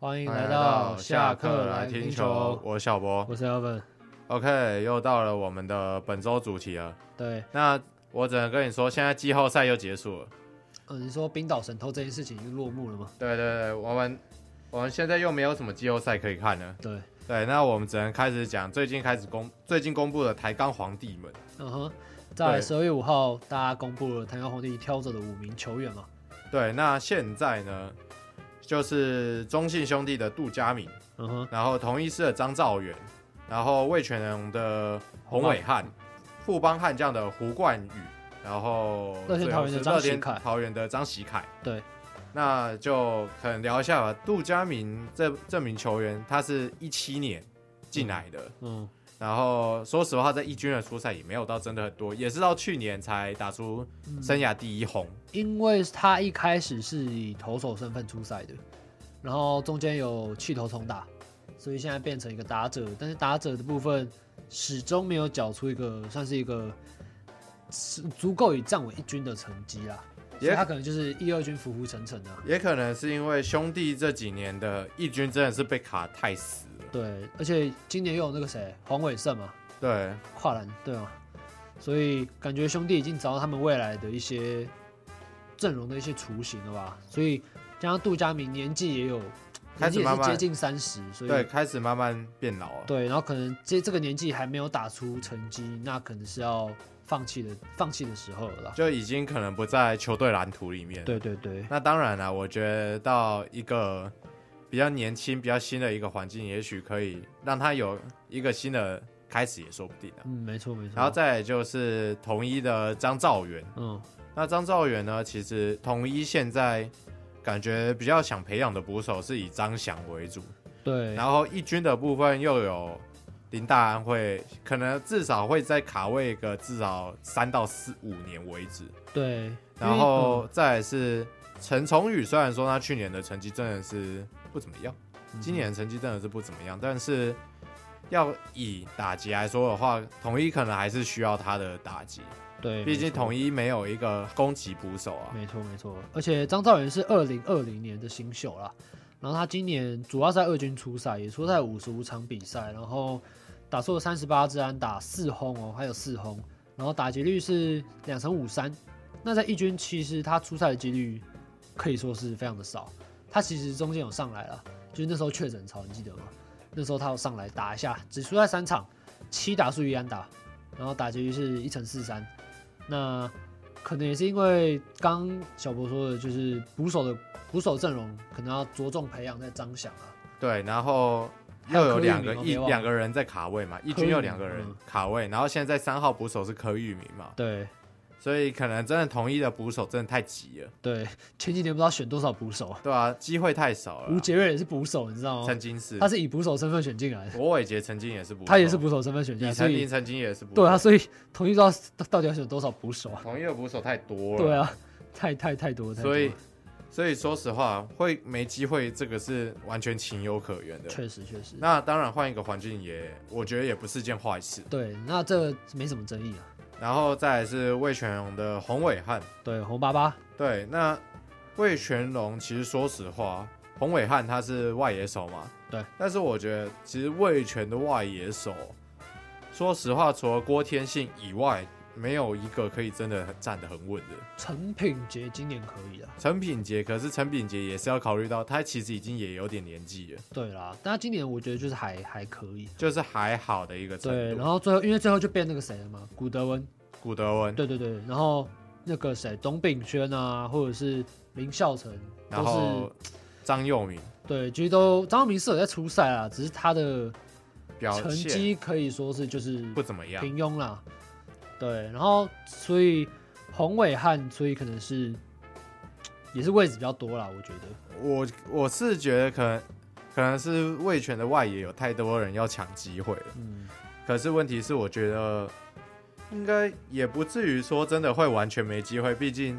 欢迎来到下课来听球，我是小博。我是 Alvin。 OK，又到了我们的本周主题了。对，那我只能跟你说，现在季后赛又结束了。呃，你说冰岛神偷这件事情已经落幕了吗？对对对，我们我们现在又没有什么季后赛可以看了。对，对，那我们只能开始讲最近开始公最近公布的台钢皇帝们。嗯哼，在对十二月五号，大家公布了台湾皇帝挑走的五名球员嘛。对，那现在呢，就是中信兄弟的杜佳敏，嗯哼，然后同一师的张兆元，然后魏全龙的洪伟汉，富邦悍将的胡冠宇，然后乐天最桃后园的是张乐喜天凯桃园的张喜凯。对，那就可能聊一下吧。杜佳明这这名球员，他是一七年进来的，嗯，然后说实话，在一军的出赛也没有到真的很多，也是到去年才打出嗯生涯第一轰。因为他一开始是以投手身份出赛的，然后中间有弃投重打，所以现在变成一个打者，但是打者的部分始终没有缴出一个算是一个是足够以站稳一军的成绩啦。所以也他可能就是一二军浮浮沉沉的啊、也可能是因为兄弟这几年的一军真的是被卡太死了。对，而且今年又有那个谁黄伟胜嘛，对，跨栏对吗？所以感觉兄弟已经找到他们未来的一些阵容的一些雏形了吧？所以加上杜佳明年纪也有，年开纪始也慢是慢接近三十，所以对，开始慢慢变老了。对然后可能这这个年纪还没有打出成绩，那可能是要放弃的放弃的时候了啦。就已经可能不在球队蓝图里面。，对对对，那当然了，我觉得到一个比较年轻、比较新的一个环境，也许可以让他有一个新的开始，也说不定啊。嗯，没错没错。然后再来就是统一的张兆元，嗯，那张兆元呢，其实统一现在感觉比较想培养的捕手是以张翔为主，对，然后一军的部分又有林大安会，可能至少会在卡位个至少三到四五年为止。对，因为嗯然后再来是陈崇宇，虽然说他去年的成绩真的是不怎么样，嗯今年的成绩真的是不怎么样，但是要以打击来说的话，统一可能还是需要他的打击，对，毕竟没错统一没有一个攻击捕手啊。没错没错，而且张兆元是二零二零年的新秀啦，然后他今年主要在二军出赛，也出赛五十五场比赛，然后打出了三十八支安打，四轰哦，还有四轰，然后打击率是两成五三。那在一军其实他出赛的几率可以说是非常的少，他其实中间有上来了，就是那时候确诊潮，你记得吗？那时候他有上来打一下，只出赛三场，七打数一安打，然后打击率是一乘四三，那。可能也是因为刚小博说的，就是捕手的捕手阵容可能要着重培养在张翔啊，对，然后还又有有柯玉两明个哦一别忘了两个人在卡位嘛，一军有两个人嗯卡位，然后现在三号捕手是柯玉明嘛，对所以可能真的统一的捕手真的太急了，对，前几年不知道选多少捕手啊，对啊，机会太少了吴啊。杰瑞也是捕手，你知道吗曾？经是他是以捕手身份选进来的，罗伟杰曾经也是啊捕手，他也是捕手身份选进李来，所成林以曾经也是捕手，对啊，所以同一道到底要选多少捕手啊？同一个捕手太多了，对，啊，太太太多了，太多了所以所以说实话会没机会，这个是完全情有可原的。确实确实，那当然换一个环境也，我觉得也不是件坏事。对，那这没什么争议啊。然后再来是魏全龙的洪伟汉，对，红爸爸，对，那魏全龙其实说实话，洪伟汉他是外野手嘛，对，但是我觉得其实魏全的外野手，说实话，除了郭天信以外，没有一个可以真的很站得很稳的。陈品杰今年可以啊。陈品杰，可是陈品杰也是要考虑到，他其实已经也有点年纪了，对啦，但他今年我觉得就是还还可以。就是还好的一个对，程然度。后最后因为最后就变那个谁了嘛，古德温，古德文，对对对，然后那个谁，董炳轩啊，或者是林孝成，然都是后张佑明对，其实都张明是有在出赛啦，只是他的表成现绩可以说是就是不怎么样，平庸啦，对，然后所以洪伟汉，所以可能是也是位置比较多啦，我觉得，我我是觉得可能可能是魏权的外野有太多人要抢机会了，嗯，可是问题是我觉得应该也不至于说真的会完全没机会，毕竟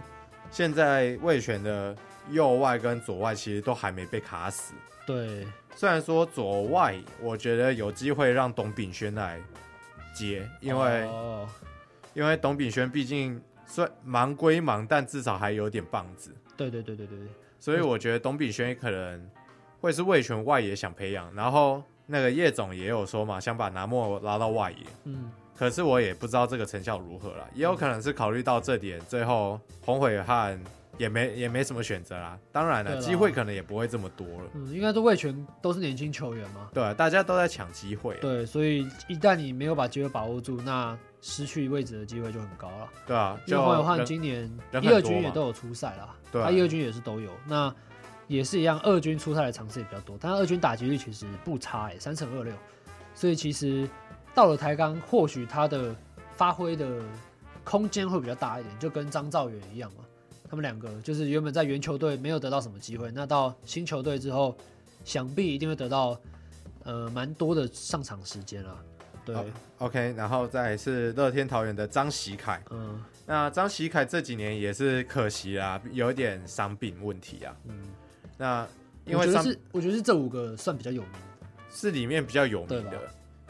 现在魏权的右外跟左外其实都还没被卡死。对，虽然说左外，我觉得有机会让董炳轩来接，因为、哦、因为董炳轩毕竟虽忙归忙，但至少还有点棒子，对对对对对对，所以我觉得董炳轩可能会是魏权外野想培养，然后那个叶总也有说嘛，想把拿莫拉到外野，嗯，可是我也不知道这个成效如何啦，也有可能是考虑到这点，最后红伟汉也没也没什么选择啦。当然嗯了，对啦机会可能也不会这么多了。嗯，应该说魏权都是年轻球员嘛，对啊，大家都在抢机会啊，对，所以一旦你没有把机会把握住，那失去位置的机会就很高了。对啊，因为黄友就汉人今年人一很二多军也嘛都有出赛啦，对啊他一二军也是都有，那也是一样，二军出赛的尝试也比较多，但二军打击率其实不差哎、三乘二六，所以其实到了台钢，或许他的发挥的空间会比较大一点，就跟张兆元一样嘛，他们两个就是原本在原球队没有得到什么机会，那到新球队之后，想必一定会得到呃蛮多的上场时间啦，对，哦 OK，然后再来是乐天桃园的张喜凯，嗯那张喜凯这几年也是可惜啦，有点伤病问题啊。嗯，那因我为啊觉得伤是我觉得是这五个算比较有名的。是里面比较有名对的，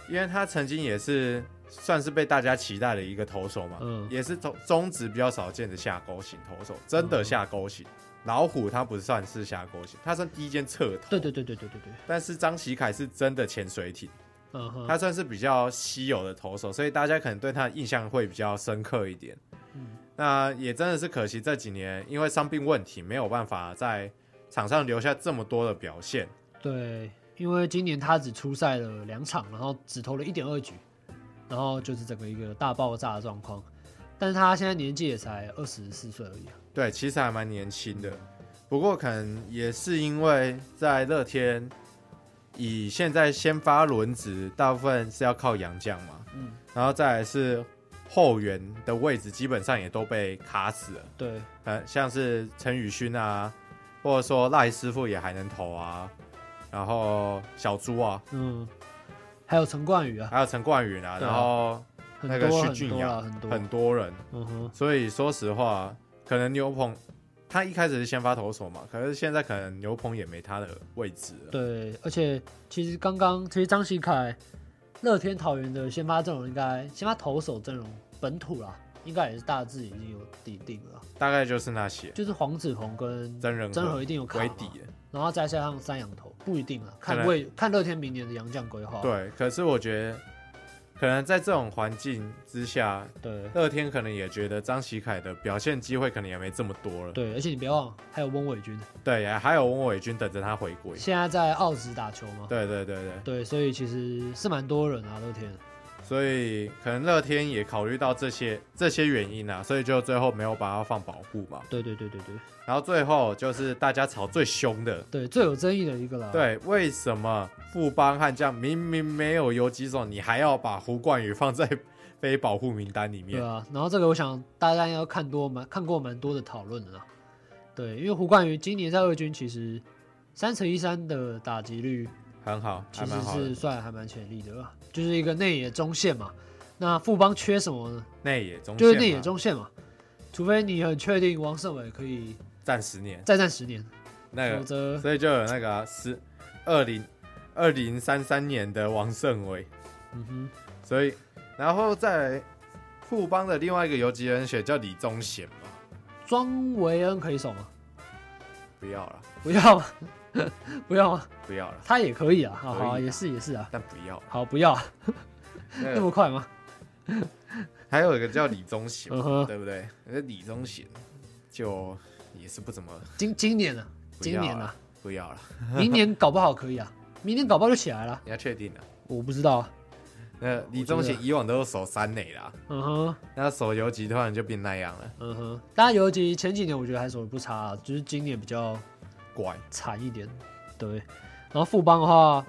因为他曾经也是算是被大家期待的一个投手嘛，嗯也是中中职比较少见的下勾型投手，真的嗯下勾型。老虎他不算是下勾型，他算第一间侧投。对对对对对对对，但是张喜凯是真的潜水艇，嗯哼，他算是比较稀有的投手，所以大家可能对他的印象会比较深刻一点。嗯那也真的是可惜，这几年因为伤病问题，没有办法在场上留下这么多的表现。对，因为今年他只出赛了两场，然后只投了一点二局，然后就是整个一个大爆炸的状况。但是他现在年纪也才二十四岁而已啊、对，其实还蛮年轻的，不过可能也是因为在乐天，以现在先发轮值，大部分是要靠洋将嘛，嗯，然后再来是后援的位置，基本上也都被卡死了，对，呃，像是陈宇勋啊，或者说赖师傅也还能投啊，然后小猪啊，嗯，还有陈冠宇啊，还有陈冠宇啊，对啊然后很那个多徐很俊多雅啦，很多，很多人，嗯哼，所以说实话，可能牛棚他一开始是先发投手嘛，可是现在可能牛棚也没他的位置了。对，而且其实刚刚其实张喜凯，乐天桃园的先发阵容应该先发投手阵容本土啦，应该也是大致已经有底定了啦，大概就是那些就是黄子鹏跟真人真和和一啊定有卡为嘛底了。然后再加上三羊头，不一定啊，可看能魏看乐天明年的洋将规划。对，可是我觉得，可能在这种环境之下，对乐天可能也觉得张喜凯的表现机会可能也没这么多了。对，而且你别忘了还有翁伟军，对，还有翁伟军等着他回归。现在在澳职打球嘛。对对对对，对，所以其实是蛮多人啊，乐天。所以可能乐天也考虑到这些这些原因啊，所以就最后没有把他放保护嘛。对对对对对然后最后就是大家吵最凶的，对，最有争议的一个啦。，对，啊为什么富邦悍将明明没有游击手，你还要把胡冠宇放在非保护名单里对面？啊。然后这个我想大家应该看多蛮看过蛮多的讨论的啦。对，因为胡冠宇今年在二军其实三乘一三的打击率很好，还其实蛮好是的。算还蛮潜力的啦，就是一个内野中线嘛。那富邦缺什么呢？内野中就是线内野嘛中线嘛，除非你很确定王胜伟可以站十年，再战十年，那否个则所以就有那个十二零二零三三年的王胜伟，嗯哼，所以然后再来富邦的另外一个游击人选叫李宗贤嘛，庄维恩可以守吗？不要了，不要 吗？不要吗？不要了，他也可以啊，好可以好啊哎也是也是啊，但不要啦。好不要啊那那 个么快吗？还有一个叫李宗贤 嘛，嗯哼对不对？那李宗贤就也是不怎么今今年啊，不今要年了啊，不要了， 明年搞不好可以啊，明年搞不好就起来了，你要确定的。我不知道啊，那李宗贤以往都是守三垒啦，嗯哼那守游击突然就变那样了，嗯哼，大家尤其前几年我觉得还守的不差啊，就是今年比较怪。惨一点，对，然后富邦的话，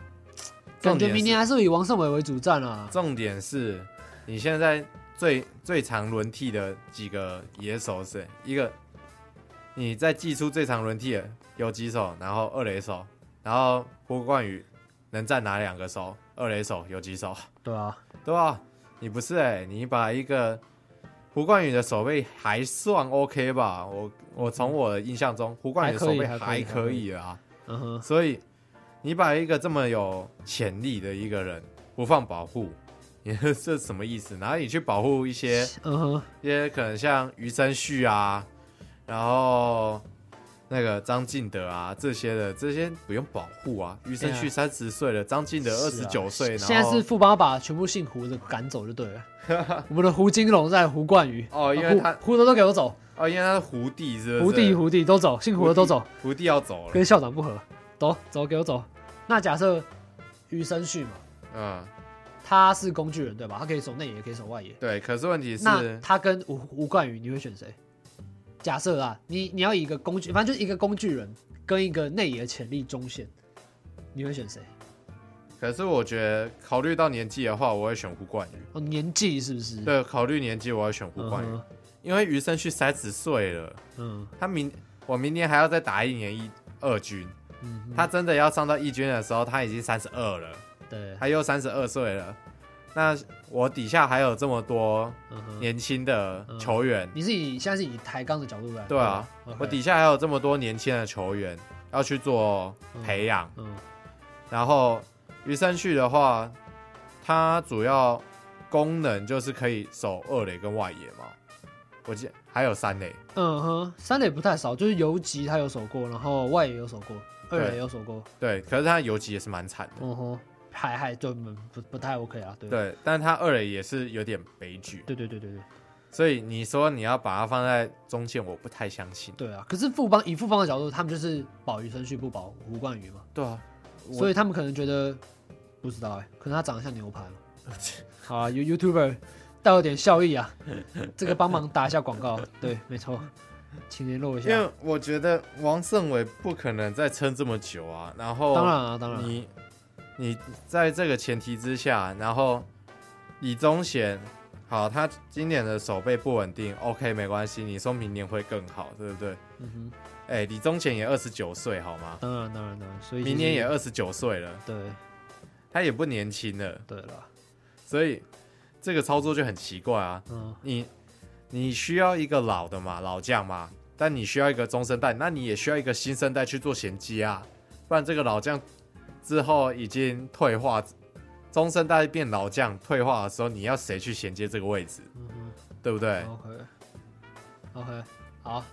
感重觉点明年是还是以王胜伟为主战啊，重点是，你现在最最常轮替的几个野手是一个，你在寄出最常轮替的游击手，然后二垒手，然后胡冠宇能占哪两个手？二垒手、游击手。对啊，对吧、你不是哎、你把一个胡冠宇的手背还算 OK 吧？我我从我的印象中，胡冠宇的手背还可以还还可以可以啊。嗯哼，所以你把一个这么有潜力的一个人不放保护，你 这是什么意思？然后你去保护一些嗯哼，一些可能像余生旭啊，然后那个张敬德啊这些的，这些不用保护啊。余胜对旭啊三十岁了，张敬德二是十啊九岁，现在然后是富邦把全部姓胡的赶走就对 了。我们的胡金龙在胡冠宇，哦，因啊为胡他胡的都给我走，哦，因为他是胡弟，是不是？胡弟胡弟都走，姓胡的都走，胡弟要走了，跟校长不合，走走给我走。那假设余生旭嘛，嗯，他是工具人对吧？他可以守内野，也可以守外野。对。可是问题是，那他跟吴吴冠宇，你会选谁？假设啊，你你要以一个工具，反正就是一个工具人跟一个内野潜力中线，你会选谁？可是我觉得考虑到年纪的话，我会选胡冠宇。哦，年纪是不是？对，考虑年纪，我要选胡嗯冠宇，哼，因为余胜旭三十岁了，嗯他明我明年还要再打一年一二军，嗯哼，他真的要上到一军的时候，他已经三十二了，对，他又三十二岁了。那我底下还有这么多嗯哼，年轻的球员，你是以现在是以抬杠的角度来，对啊对吧，OK，我底下还有这么多年轻的球员要去做培养。嗯然后余胜旭的话，它主要功能就是可以守二垒跟外野嘛，我记还有三垒，嗯哼，三垒不太少，就是游击他有守过，然后外野有守过，对二垒有守过，对，可是他游击也是蛮惨的，嗯哼，还还对不不不太 OK 啊，对对，但他二垒也是有点悲剧，对对对对对所以你说你要把它放在中线，我不太相信。对啊！可是富邦以富邦的角度，他们就是保余生旭不保胡冠宇嘛，对啊，我所以他们可能觉得不知道哎、可能他长得像牛 排嘛。好啊，You YouTuber 带有点效益啊，这个帮忙打一下广 告，对，没错，请联络一因下。为我觉得王胜伟不可能再撑这么久啊，然后当然啊，当然啊，你你在这个前提之下，然后李宗贤，好，他今年的手背不稳定，OK，没关系，你说明年会更好，对不对？嗯哼，哎、李宗贤也二十九岁，好吗？当然当然当然，所以明年也要二十九岁了，对他也不年轻了，对了，所以这个操作就很奇怪啊。嗯，你你需要一个老的嘛，老将嘛，但你需要一个中生代，那你也需要一个新生代去做衔接啊，不然这个老将之后已经退化，中生代变老将退化的时候，你要谁去衔接这个位置，嗯哼。对不对？ OK OK，好，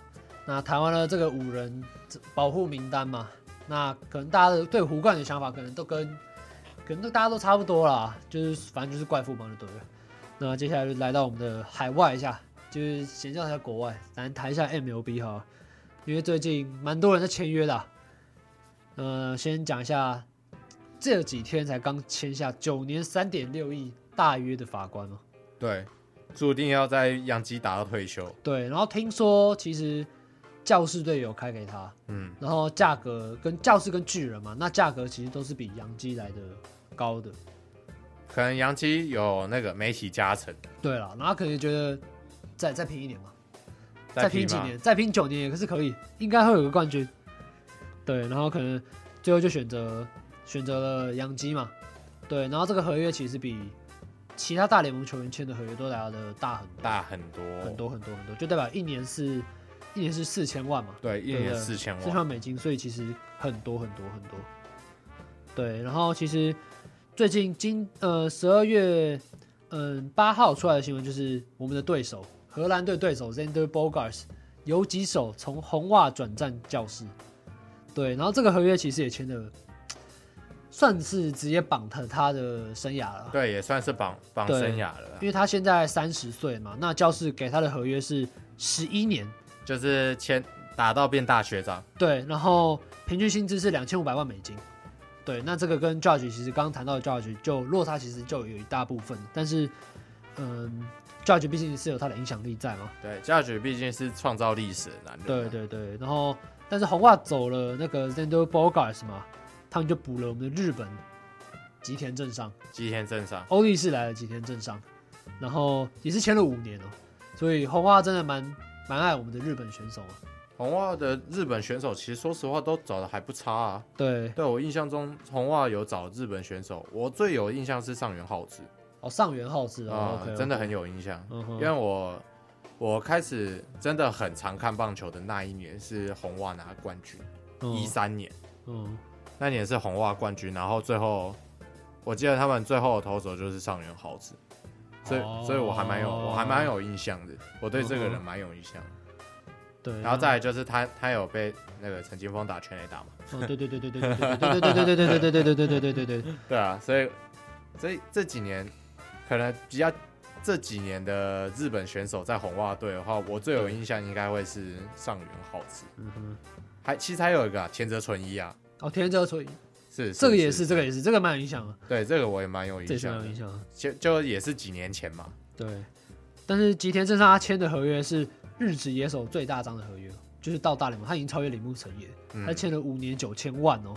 那谈完了这个五人保护名单嘛，那可能大家的对胡冠宇的想法可能都跟可能都大家都差不多啦，就是反正就是怪富邦就对了。那接下来就来到我们的海外一下，就是闲聊一下国外，咱谈一下 MLB 哈，因为最近蛮多人在签约的啊、呃，先讲一下这几天才刚签下九年三点六亿大约的哦法官嘛。对，注定要在洋基打到退休。对，然后听说其实教士队有开给他，嗯，然后价格跟教士跟巨人嘛，那价格其实都是比洋基来的高的。可能洋基有那个媒体加成，对了，然后可能觉得再再拼一年嘛，再拼拼几嘛，年，再拼九年也是可以，应该会有个冠军。对，然后可能最后就选择选择了洋基嘛，对，然后这个合约其实比其他大联盟球员签的合约都来的大很多，大很多很，多很多很多，就代表一年是一年是四千万嘛，对，一对年不对四千四万，万美金，所以其实很多很多很多。对，然后其实最近今呃十二月嗯八号出来的新闻就是我们的对手荷兰队对手 Zander Bogarts 游击手从红袜转战教室。对，然后这个合约其实也签的，算是直接绑了他的生涯了。对，也算是绑绑对生涯了啦因，为他现在三十岁嘛，那教室给他的合约是十一年，就是签打到变大学长。对，然后平均薪资是两千五百万美金。对，那这个跟 Judge 其实刚刚谈到的 Judge 就落差其实就有一大部分，但是嗯，Judge 毕竟是有他的影响力在嘛。对，教学毕竟是创造历史的男人、啊对，对对，然后但是红袜走了那个 Zendo Bogarts 嘛，他们就补了我们的日本吉田镇上，吉田镇上，欧力士来了吉田镇上，然后也是签了五年哦，所以红袜真的蛮蛮爱我们的日本选手啊。红袜的日本选手其实说实话都找的还不差啊。对，对我印象中，红袜有找日本选手，我最有印象是上原浩志哦，上原浩志哦啊、 ，OK，真的，很有印象，嗯哼因为我我开始真的很常看棒球的那一年是红袜拿冠军，一嗯三、年嗯。那年是红袜冠军，然后最后我记得他们最后的投手就是上原浩志。哦所以，所以我还蛮有，我还蛮有印象的。我对这个人蛮有印象的。对，然后再来就是他他有被那个陈金峰打全垒打嘛，哦，对对对对对对对对对对对对对对对对对对对对对，对啊，所以所以这几年可能比较这几年的日本选手在红袜队的话，我最有印象应该会是上原浩次，嗯哼，还其实还有一个、啊、田泽纯一啊，哦，天之所以是这个也是，这个也也是，这个蛮有影响的，对这个我也蛮有这印也是象蛮有的影，响的，就就也是几年前嘛，对。但是吉田正尚他签的合约是日职野手最大张的合约，就是到大联盟，他已经超越铃木诚也，嗯他，签了五年九千万哦。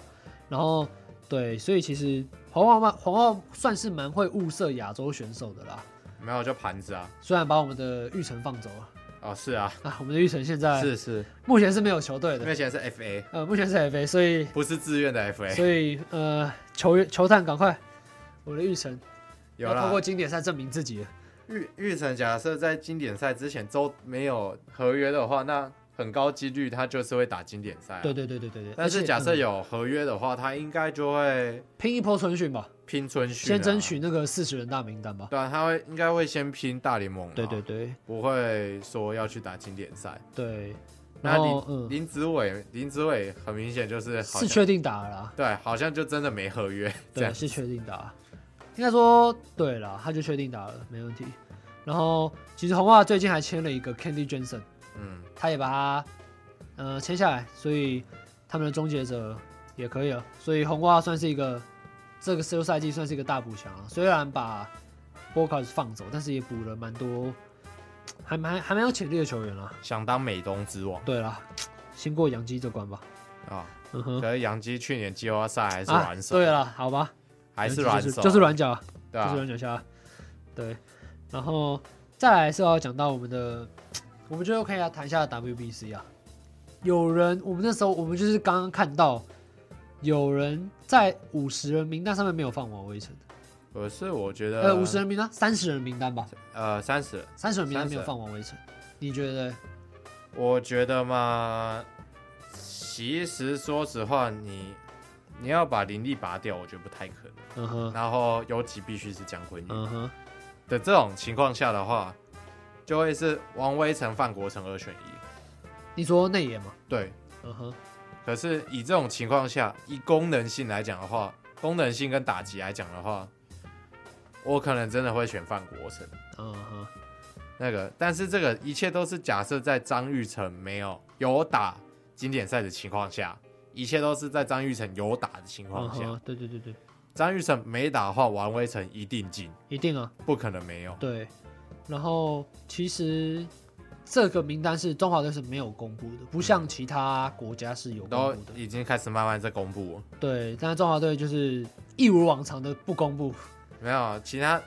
然后对，所以其实黄浩曼黄浩算是蛮会物色亚洲选手的啦，没有就盘子啊，虽然把我们的玉成放走了哦是啊，啊，我们的玉成现在是是，目前是没有球队因的，为现在是 FA，呃，目前是 FA，所以不是自愿的 FA，所以呃，球员球探赶快，我的玉成有要通啦过。经典赛证明自己了。玉玉成假设在经典赛之前都没有合约的话，那很高几率他就是会打经典赛、啊。对对对对对对。但而是且假设、嗯有合约的话，他应该就会拼一波春训吧，拼春训、啊先争。取那个四十人大名单吧。对啊，他会应该会先拼大联盟、啊，对对，对不会说要去打经典赛。对。那然林后、嗯，林子伟，林子伟很明显就是好是像确定打了啦，对，好像就真的没合约这对，样。是确定打了。应该说对了，他就确定打了，没问题。然后其实红袜最近还签了一个 Candy Jensen，嗯，他也把他呃签下来，所以他们的终结者也可以了。所以红袜算是一个这个休赛季算是一个大补强啊，虽然把 b o c a s 放走，但是也补了蛮多还蛮还蛮有潜力的球员啦。想当美东之王对啦，先过杨基这关吧。啊！嗯哼，可是杨基去年季后赛还是啊软，手，对了，好吧，还是杨软基就手，就是软脚啊，对就是啊，软脚虾。对，然后再来是要讲到我们的，我们就可以来谈一下 WBC 啊。有人，我们那时候我们就是刚刚看到有人在五十人名单上面没有放王威成，可是我觉得呃，五十人名单，三十人名单吧，呃，啊三十，三十人名单没有30放王威成，你觉得嘞？我觉得嘛，其实说实话，你你要把林立拔掉，我觉得不太可能。嗯哼，然后尤其必须是姜昆宇嗯哼，的这种情况下的话，就会是王威成、范国成二选一。你说内野嘛？对，嗯哼，可是以这种情况下，以功能性来讲的话，功能性跟打击来讲的话，我可能真的会选范国成。嗯哼，那个，但是这个一切都是假设在张玉成没有有打经典赛的情况下，一切都是在张玉成有打的情嗯况下哼，，对对对对，张、玉成没打的话，王威成一定进，一定啊。不可能没有。对，然后其实这个名单是中华队是没有公布的，不嗯像其他国家是有都公布的。已经开始慢慢在公布了，对，但是中华队就是一如往常的不公布。没有其他，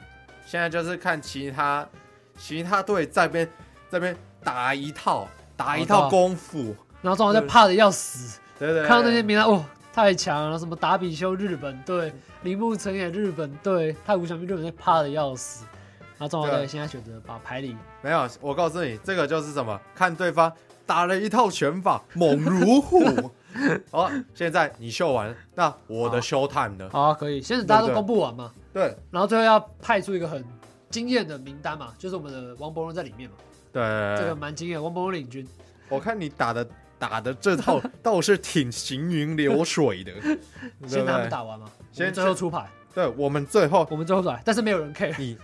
现在就是看其他其他队这边这边打一套打一好套的功夫，然后中华队怕的要死，对对对，哦啊看到那些名单，哦，太强了！什么达比修日本队、铃木诚也日本队、太古翔平日本队，怕的要死。然后中华对队现在选择把排里没有，我告诉你，这个就是什么？看对方打了一套拳法，猛如虎。好，现在你秀完，那我的 show time 呢？好、啊、可以，现在大家对都对公布完嘛，对然后最后要派出一个很惊艳的名单嘛，就是我们的王伯荣在里面嘛，对，这个蛮惊艳，王伯荣领军。我看你打的打的这套倒是挺行云流 水的。先对不对把他们打完嘛，我先们最后出牌，对我们最后我们最后出牌，但是没有人 care。你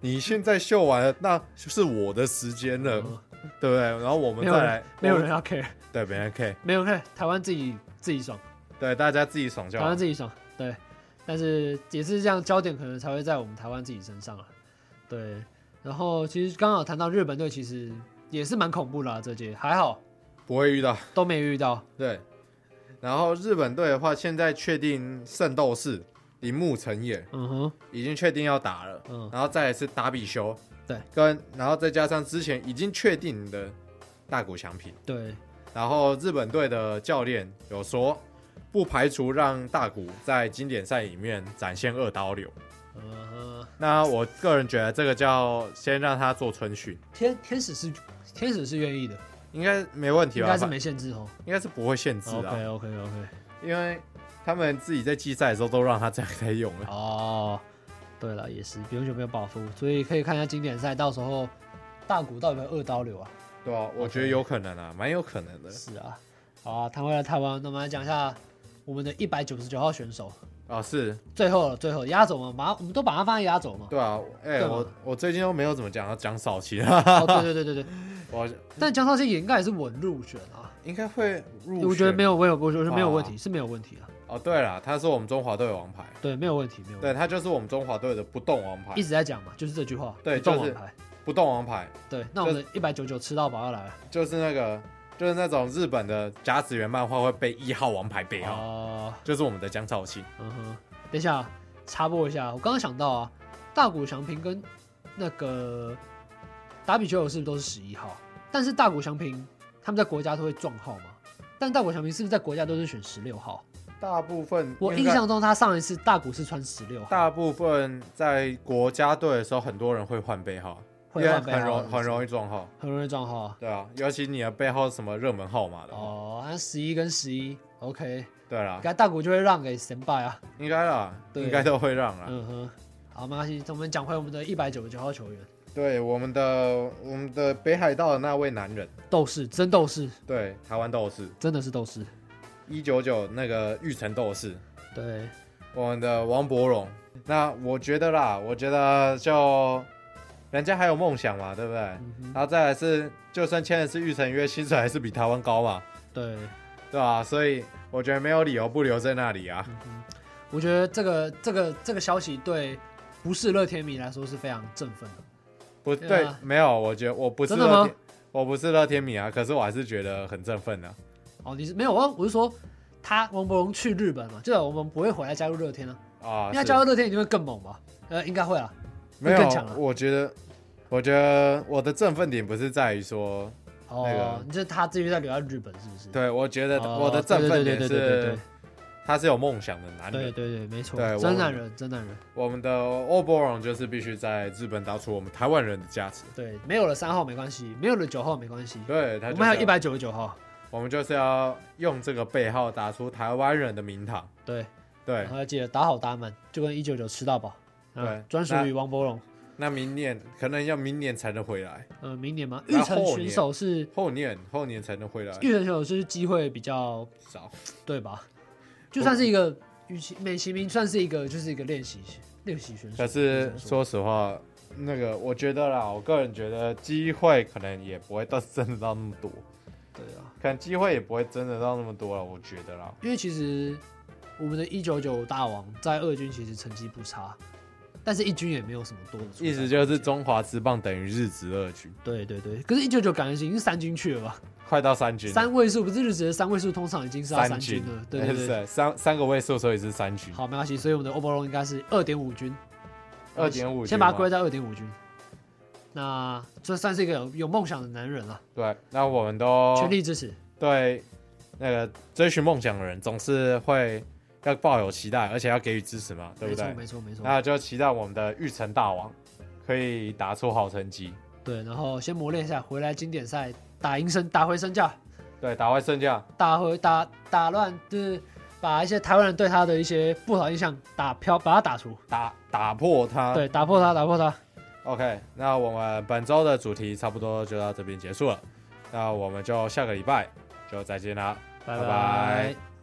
你现在秀完了，那是我的时间了，嗯对不对？然后我们没有再来，没有我人要 care，对，没人 K，没有人 care，台湾自己自己爽，对，啊大家自己爽就台好湾。自己爽，对。但是也是这样，焦点可能才会在我们台湾自己身上了，对。然后其实刚好谈到日本队，其实也是蛮恐怖的、啊，这届还好不会遇到。都没遇到，对，然后日本队的话，现在确定圣斗士铃木成也嗯哼，已经确定要打了，嗯然后再来是达比修，对，跟然后再加上之前已经确定的大谷翔平，对，然后日本队的教练有说，不排除让大谷在经典赛里面展现二刀流。嗯哼，那我个人觉得这个叫先让他做春训，天天使是天使是愿意的，应该没问题应吧？该是反没限制哦。应该是啊不会限制的、 OK OK OK，因为他们自己在季赛的时候都让他这样在用了。哦，对了，也是，不用就没有保护，所以可以看一下经典赛，到时候大谷到底有没有二刀流啊？对啊，我觉得有可能啊，蛮有可能的。是啊，好啊，谈回来台湾，那我们来讲一下我们的一百九十九号选手，哦，是最后了，最后压轴嘛，把它我们都把它放在压轴嘛。对啊，哎、对啊我我最近都没有怎么讲，讲少奇了，哦，对对对对对，我但江少卿也应该也是稳入选啊，应该会入选。我觉得没有，我有，我觉得没有问题，哇是没有问题啊，哦，对了，他是我们中华队的王牌，对，没有问题，没有问对题。他就是我们中华队的不动王牌一，直在讲嘛，就是这句话，对不动就是网牌，不动王牌对，那我们一百九九吃到饱要来了，就是那个就是那种日本的甲子园漫画会被一号王牌背号，哦，就是我们的江少庆。嗯哼，等一下插播一下，我刚刚想到啊，大谷翔平跟那个打比球友是不是都是十一号？但是大谷翔平他们在国家都会撞号嘛，但大谷翔平是不是在国家都是选十六号？大部分我应印该象中他上一次大谷是穿十六号，大部分在国家队的时候，很多人会换背号，会因为换背号很容很容易易撞号。很容易撞号啊。对啊，尤其你的背号是什么热门号码的话，哦，那十一跟十一，OK，对啦给，他大谷就会让给神拜啊。应该啦，对应该都会让啦。嗯哼，好，没关系，我们讲回我们的一百九十九号球员，对，我们的我们的北海道的那位男人，斗士，真斗士，对，台湾斗士真的是斗士。一九九那个玉成斗士，对，我们的王伯荣。那我觉得啦，我觉得就人家还有梦想嘛，对不对？嗯哼，然后再来是，就算签的是玉成约，薪水还是比台湾高嘛，对。对吧、所以我觉得没有理由不留在那里嗯啊。我觉得这个这个这个消息对不是乐天迷来说是非常振奋的。不对对啊，没有，我觉得我不是真的乐吗天，我不是乐天米啊，可是我还是觉得很振奋的、啊。哦，你是没有啊？我是说他王伯荣去日本嘛，就我们不会回来加入乐天了、啊，因为他是加入乐天一定会更猛吧？呃，应该会啊。没更强有了，我觉得，我觉得我的振奋点不是在于说，哦，那个你就是他至于在留在日本是不是？对我觉得哦，我的振奋点对对对对是他是有梦想的男对对对人。对对，没错对，我真男人，真男人。我们的 o b o r o n 就是必须在日本打出我们台湾人的价值。对，没有了三号没关系，没有了九号没关系，对，他我就们还有是一，百九十九号。我们就是要用这个背号打出台湾人的名堂。对，对然，后要记得打好打满，就跟一九九吃到饱。啊对专属那于王伯荣。那明年可能要明年才能回来，呃，明年吗？玉那成后选年手是后年后年才能回来，预选手就是机会比较少。对吧？就算是一个与其美其名算是一个就是一个练习练习选手，可是怎么说实话，那个我觉得啦，我个人觉得机会可能也不会到真的到那么多，对啊，可能机会也不会真的到那么多了，我觉得啦。因为其实我们的一九九大王在二军其实成绩不差，但是一军也没有什么多的出赛，意思就是中华之棒等于日职二军，对对对，可是，一九九感觉已经是三军去了吧？快到三军了，三位数不是日职的三位数，通常已经是要三军军了，对对对。 是三三个位数，所以是三军，好，没关系，所以我们的 overall 应该是二点五军，二点五。先把它归在二点五军。那这算是一个有有梦想的男人了，对，那我们都全力支持。对那个追寻梦想的人总是会要抱有期待，而且要给予支持嘛，对没不错对？没错没错。那就期待我们的玉成大王可以打出好成绩，对，然后先磨练一下，回来经典赛打赢身，打回身价，对，打坏身价，打回打打乱，就是把一些台湾人对他的一些不好印象打飘，把他打除。打打破它。对，打破他，打破他。 OK，那我们本周的主题差不多就到这边结束了，那我们就下个礼拜就再见啦，拜拜拜